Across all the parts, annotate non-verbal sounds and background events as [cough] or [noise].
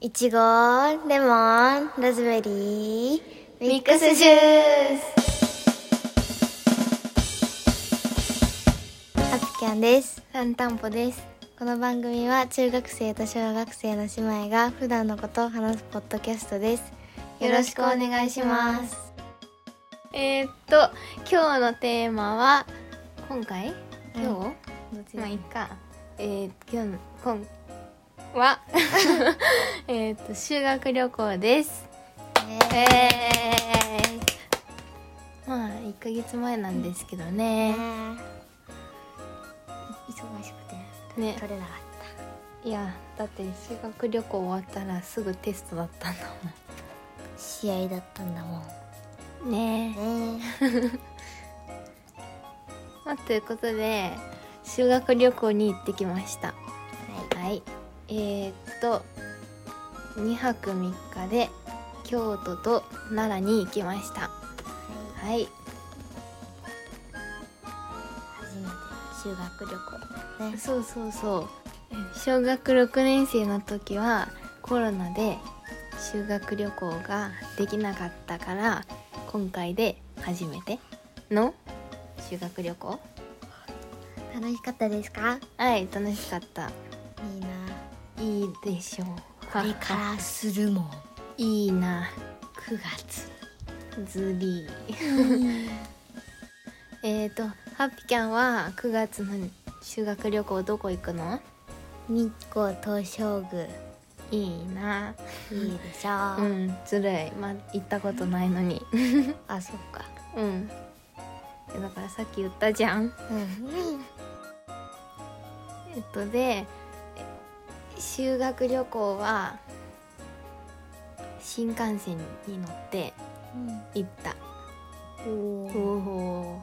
いちご、レモン、ラズベリー、ミックスジュースアプキャンです。サンタンポです。この番組は中学生と小学生の姉妹が普段のことを話すポッドキャストです。よよろろししくおくお願願いいししまますす。えー、っと今日のテーマは今回うん今日、まあいいか。えー、今日の今 [laughs] はえーっと修学旅行です。ねえー、まあ一ヶ月前なんですけどね。忙しくてね取れなかいやだって修学旅行終わったらすぐテストだったんだった。試合だったんだももん。ねん。ねまあ、ということで修学旅行に行ってきました。はい、えー、っと2泊3日で京都と奈良に行きましたははいい。初めて修学旅行。ね。そうそうそう小学6年生の時はコロナで修学旅行ができなかったから今回で初めての修学旅行楽しかったですかはい楽しかったいいな。いいでしょうこれからするもん。いいな9月。ズリーえっとハッピーキャンは9月の修学旅行どこ行くの日光東照宮。いいないいでしょう。んずるい、ま、行ったことないのにあ、そっか。うんだからさっき言ったじゃうんん。えっとでえ修学旅行は新幹線に乗って行ったおーお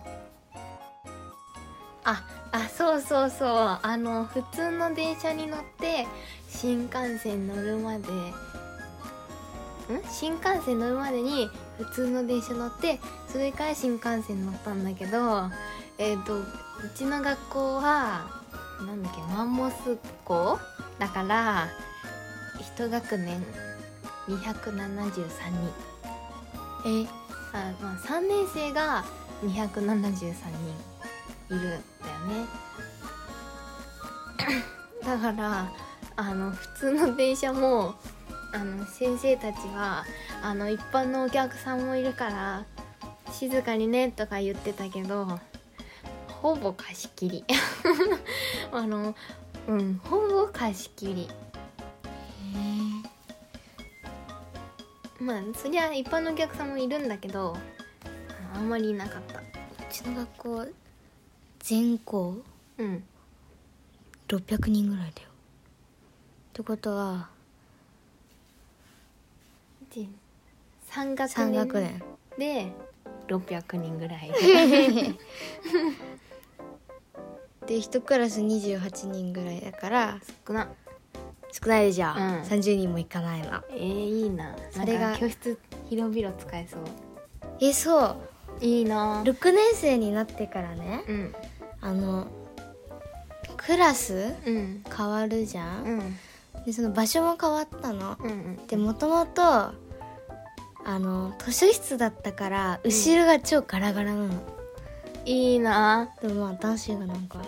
ああそうそうそうあの普通の電車に乗って新幹線乗るまでん新幹線乗るまでに普通の電車乗ってそれから新幹線乗ったんだけどえっ、とうちの学校はなんだっけマンモス校だから一学年273人え、あまあ、3年生が273人いるんだよね [coughs] だからあの普通の電車もあの先生たちはあの一般のお客さんもいるから静かにねとか言ってたけどほぼ貸し切り [laughs] あのうんほぼ貸し切りまあそりゃ一般のお客さんもいるんだけどああんまりいなかったうちの学校全校うん600人ぐらいだよ。ってことはで3学3年学年。で600人ぐら [laughs] いで、一クラス28人ぐらいだから少な少ないでしょ。ん30人もいかないの。えー、いいなそれがなんか教室広々使えそうえ、そう。いいな6年生になってからねうんあのクラスうん変わるじゃうんんでその場所も変わったのうんうんでもともとあの図書室だったから後ろが超ガラガラなの、いいなでもまあ男子がなんか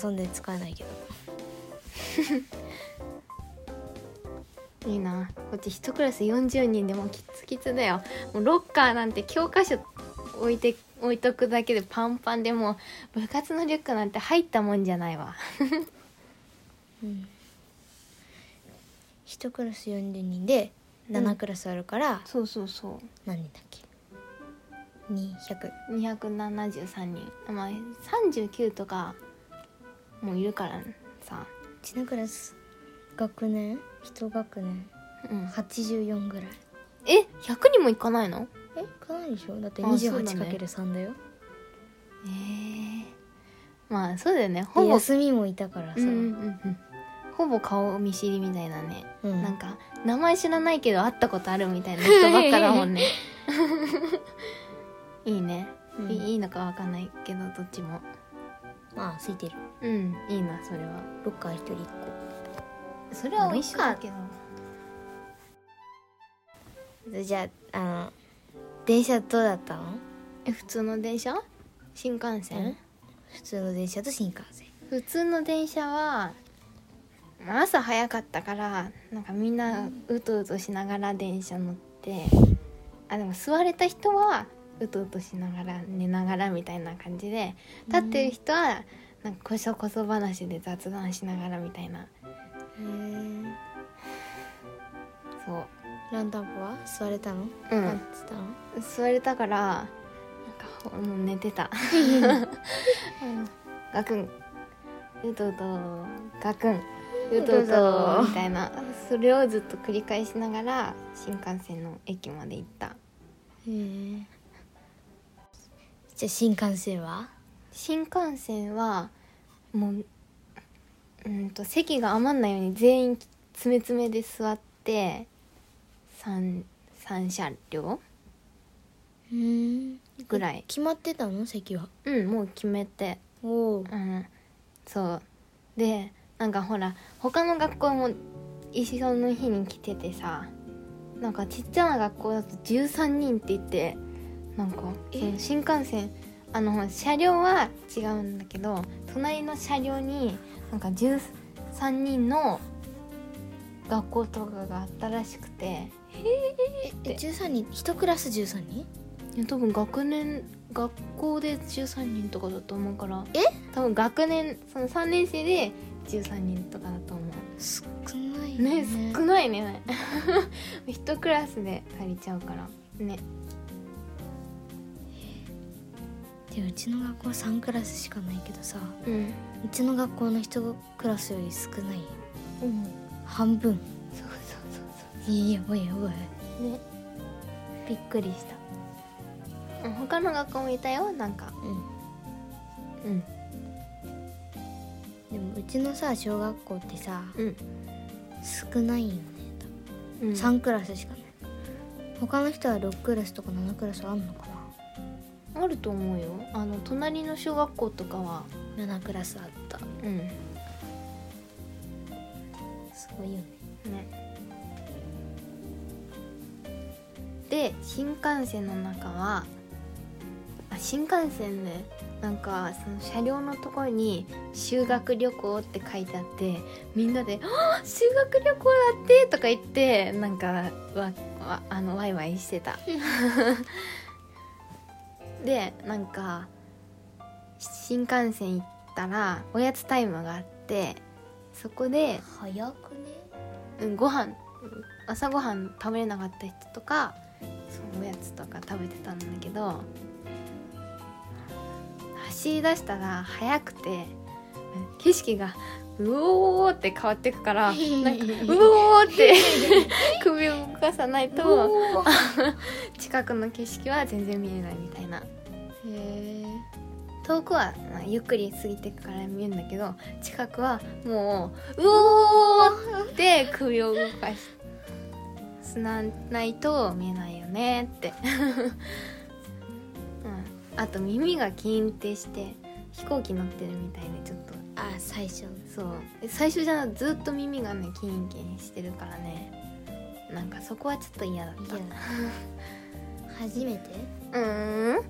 遊んで使えないけどいいなこっち一クラス40人でもうキツキツだよもうロッカーなんて教科書置いて置いとくだけでパンパンでもう部活のリュックなんて入ったもんじゃないわ1クラス40人で7クラスあるから、そうそうそう何人だっけ200 273人まあ39とかもいるからさ、うちのクラス学年1学年うん、 84ぐらいえ100人もいかないのえかないでしょだってあそうだね 28×3 だよえー、まあそうだよねほでぼ休みもいたからさ、うんうんうんうんほぼ顔見知りみたいなね、うんなんか名前知らないけど会ったことあるみたいな人ばっかだもんね [laughs] いいね、うんいいいのかわかんないけどどっちもまあ空いてるうんいいなそれはロッカー一人一個それはまあ一緒だけどじゃああの電車どうだったのえ普通の電車新幹線、普通の電車と新幹線普通の電車はまあ朝早かったからなんかみんなうとうとしながら電車乗ってあでも座れた人はうとうとしながら寝ながらみたいな感じで立ってる人はなんかこそこそ話で雑談しながらみたいなへそうえランタンポは座れたのうん立ってたの座れたからなんかほもう寝てたうんガクンうとうとガクンうとううととうみたいなそれをずっと繰り返しながら新幹線の駅まで行ったへえじゃあ新幹線は新幹線はもううんと席が余んないように全員詰め詰めで座って三三車両うんぐらい決まってたの席はうんもう決めておおうん、そうでなんかほら他の学校も一緒の日に来ててさなんかちっちゃな学校だと13人って言ってなんかえその新幹線あの車両は違うんだけど隣の車両になんか13人の学校とかがあったらしくてえ13人一クラス13人いや多分学年学校で13人とかだと思うからえ多分学年その3年生で13人とかだと思少ないうね少ないね [laughs] 一クラスで足りちゃうからねでうちの学校3クラスしかないけどさうん、うちの学校の1クラスより少ない半分そうそうそういややばいやばいそうねびっくりしたうん他の学校もいたよなんかううんんでもうちのさ小学校ってさうん少ないよねうん3クラスしかない他の人は6クラスとか7クラスあんのかあると思うよあの隣の小学校とかはな7クラスあったうんすごいよねねで新幹線の中はあ新幹線ねなんかその車両のところに「修学旅行」って書いてあってみんなで「あ修学旅行だって!」とか言ってなんかわわあのワイワイしてた [laughs] でなんか新幹線行ったらおやつタイムがあってそこで早くねうん、ご飯朝ごはん食べれなかった人とかそのおやつとか食べてたんだけど走り出したら早くて景色がうおーって変わってくからなんかうおーって [laughs] 首を動かさないとと近くの景色は全然見えないみたいなへえ遠くは、まあ、ゆっくり過ぎてくから見えるんだけど近くはもううおーって首を動かしすなんないと見えないよねって、 [laughs] うん、あと耳がキーンってして飛行機乗ってるみたいでちょっとあ最初のそうえ最初じゃないずっと耳がねキーンキーンしてるからねなんかそこはちょっと嫌だっ嫌だ初めてたうーん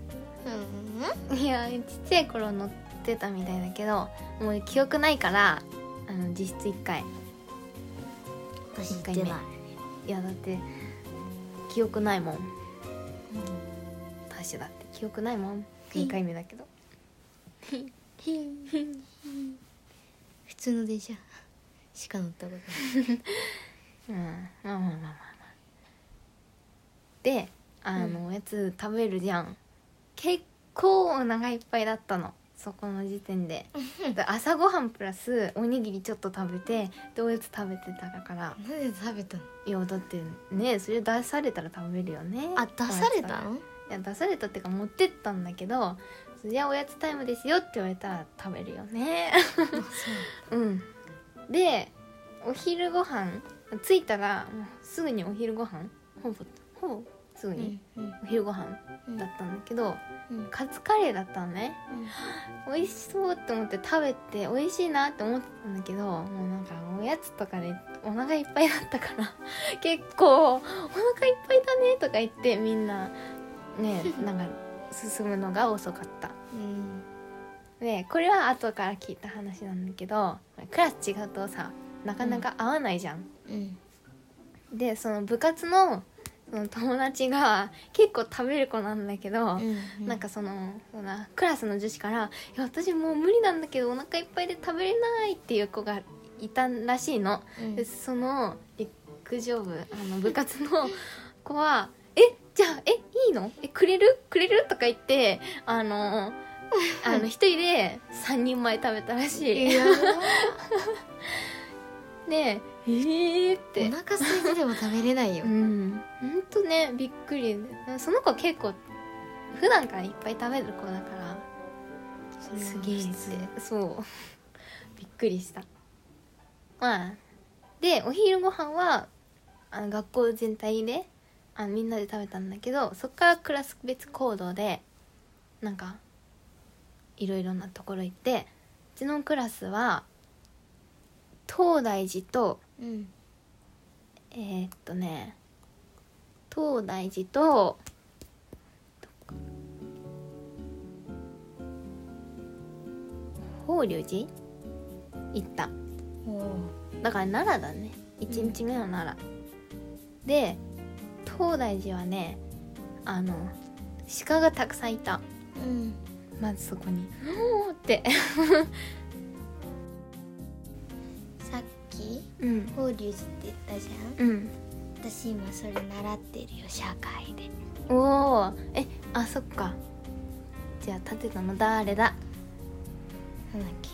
うんいやちっちゃい頃乗ってたみたいだけどもう記憶ないからあの実質1回私一行回っ目てないいやだって記憶ないもん私だって記憶ないもん2回目だけど普通の電車しか乗ったことないうんまあまあまあまあまあであの、おやつ食べるじゃん結構お腹いっぱいだったのそこの時点でで朝ごはんプラスおにぎりちょっと食べてでおやつ食べてたから [laughs] なんで食べたのいやだってねそれ出されたら食べるよねあ出されたのいや出されたっていうか持ってったんだけどそれじゃあおやつタイムですよって言われたら食べるよ [laughs] ねうんでお昼ご飯着いたらもうすぐにお昼ご飯ほぼほぼ通にうんお昼ご飯うんだったんだけどうんカツカレーだったのね美味しそうって思って食べて美味しいなって思ってたんだけどもうなんかおやつとかでお腹いっぱいだったから [laughs] 結構「お腹いっぱいだね」とか言ってみんなねなんか進むのが遅かった。うんでこれは後から聞いた話なんだけどクラス違うとさなかなか会わないじゃん。うんでその部活のその友達が結構食べる子なんだけど。うんなんかそのそのクラスの女子から「いや私もう無理なんだけどお腹いっぱいで食べれない」っていう子がいたらしいの、うんでその陸上部あの部活の子は [laughs] 「えじゃあえいいのえくれるくれる?」とか言って [laughs] あのあの一人で3人前食べたらしいいやで「えー」ってお腹空いてでも食べれないようんほんとねびっくりその子結構普段からいっぱい食べる子だからそれはすげえっ普通てそう [laughs] びっくりしたまあでお昼ご飯はあの学校全体であのみんなで食べたんだけどそっからクラス別行動でなんかいろいろなところ行ってうちのクラスは東大寺とうんえー、っとね東大寺と法隆寺行ったおーだから奈良だね1日目の奈良、で東大寺はねあの鹿がたくさんいたうんまずそこに「おーって、 [laughs] さっきうん法隆寺って言ったじゃんうん、私今それ習ってるよ社会でおおえあそっかじゃあ建てたの誰だなんだっけ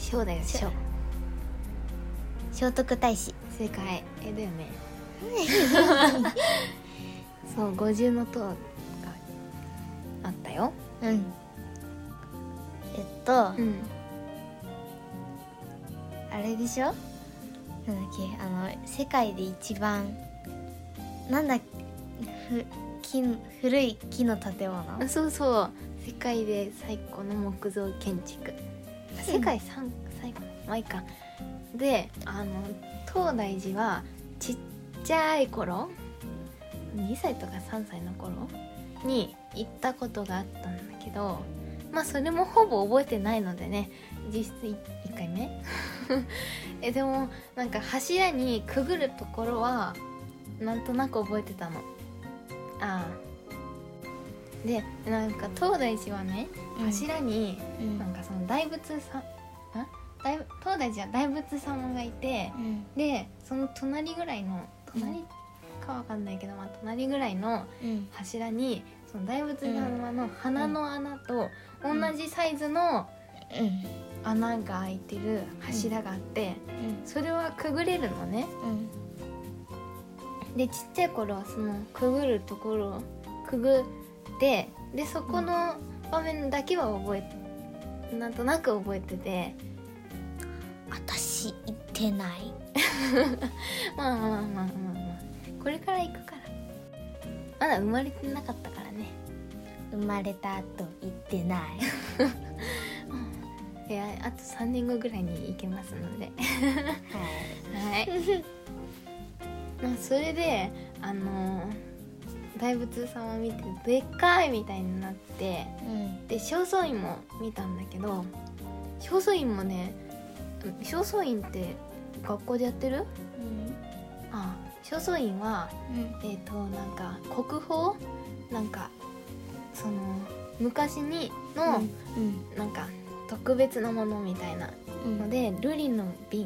翔だよ翔翔聖徳太子正解えだよねそう五重の塔があったようんえっと、んあれでしょなんだっけあの世界で一番なんだふ木の古い木の建物そうそう世界で最古の木造建築世界三最古のまあいいかであの東大寺はちっちゃい頃2歳とか3歳の頃に行ったことがあったんだけどまあそれもほぼ覚えてないのでね実質1回目 [laughs] えでもなんか柱にくぐるところはなんとなく覚えてたのああでなんか東大寺はねうん柱にうんなんかその大仏さんあ大東大寺は大仏様がいてうんでその隣ぐらいのう隣かわかんないけど、まあ、隣ぐらいのうん柱にその大仏様の鼻の穴と同じサイズのうん穴が開いてる柱があってそれはくぐれるのねうんでちっちゃい頃はそのくぐるところをくぐってでそこの場面だけは覚えてなんとなく覚えてて私行ってないまあまあまあまあまあ、これから行くからまだ生まれてなかったからね生まれた後行ってないいやあと3年後ぐらいに行けますのではいまあそれであのー大仏様見てでっかいみたいになってはいうんで正倉院も見たんだけど正倉院もね正倉院って学校でやってるあ正倉院はうんえっ、となんか国宝なんかその昔にの、うんなんか特別なものみたいなうんので瑠璃の瓶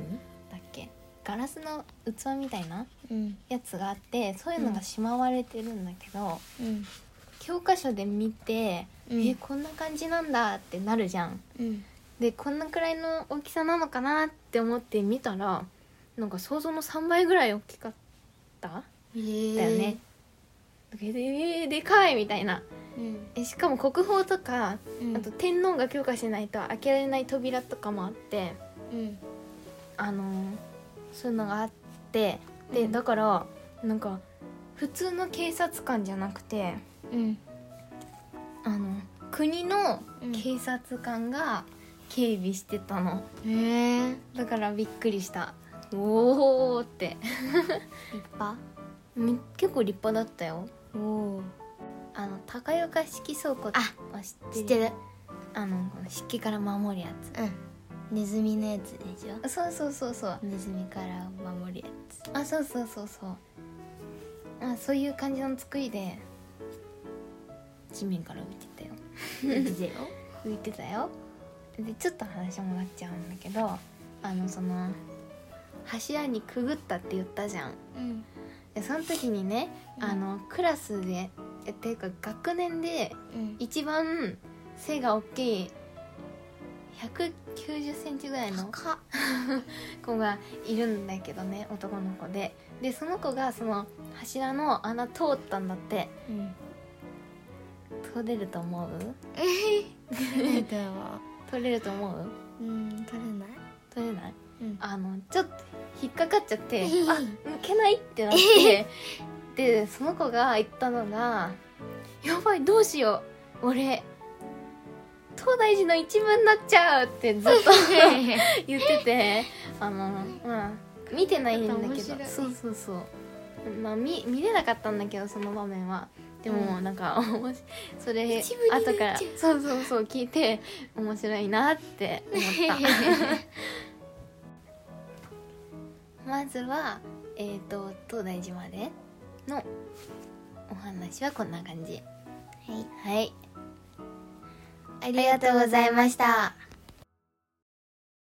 だっけガラスの器みたいなうんやつがあってそういうのがしまわれてるんだけど、うん教科書で見て、うんえこんな感じなんだってなるじゃん。うんでこんなくらいの大きさなのかなって思って見たらなんか想像の3倍ぐらい大きかったえーだよね。えーでかいみたいなうんえしかも国宝とか、うんあと天皇が許可しないと開けられない扉とかもあってうんあのーそういうのがあってで、うんだからなんか普通の警察官じゃなくてうんあの国のうん警察官が警備してたの、へえだからびっくりしたおおって立派み結構立派だったよおおあの高床式倉庫あは知知ってるってるあのこの湿気から守るやつうんネズミのやつでしょそうそうそうそうネズミから守るやつあそうそうそうそうあそういう感じの作りで地面から浮いてたよゼ [laughs] 浮いてたよでちょっと話もなっちゃうんだけどあのその柱にくぐったって言ったじゃんロうんでその時にね、うんあのクラスでえっていうか学年でうん一番背が大きい1 9 0ンチぐらいの高っ子がいるんだけどね男の子ででその子がその柱の穴通ったんだって [laughs] うん通れると思うえでも通れると思ううん取れない通れないうん、あのちょっと引っかかっちゃっ [laughs] てあ抜けないってなって、でその子が言ったのが「やばいどうしよう俺東大寺の一部になっちゃう」ってずっと [laughs] 言っててあのまあ見てないんだ面け白どいそうそうそう、まあ、見見れなかったんだけどその場面は。でもうんなんか、面白いそれ一部になっちゃう後からそうそうそう聞いて面白いなって思った。 [laughs] まずは、えー、と東大寺までのお話はこんな感じはいはいありがとうございました。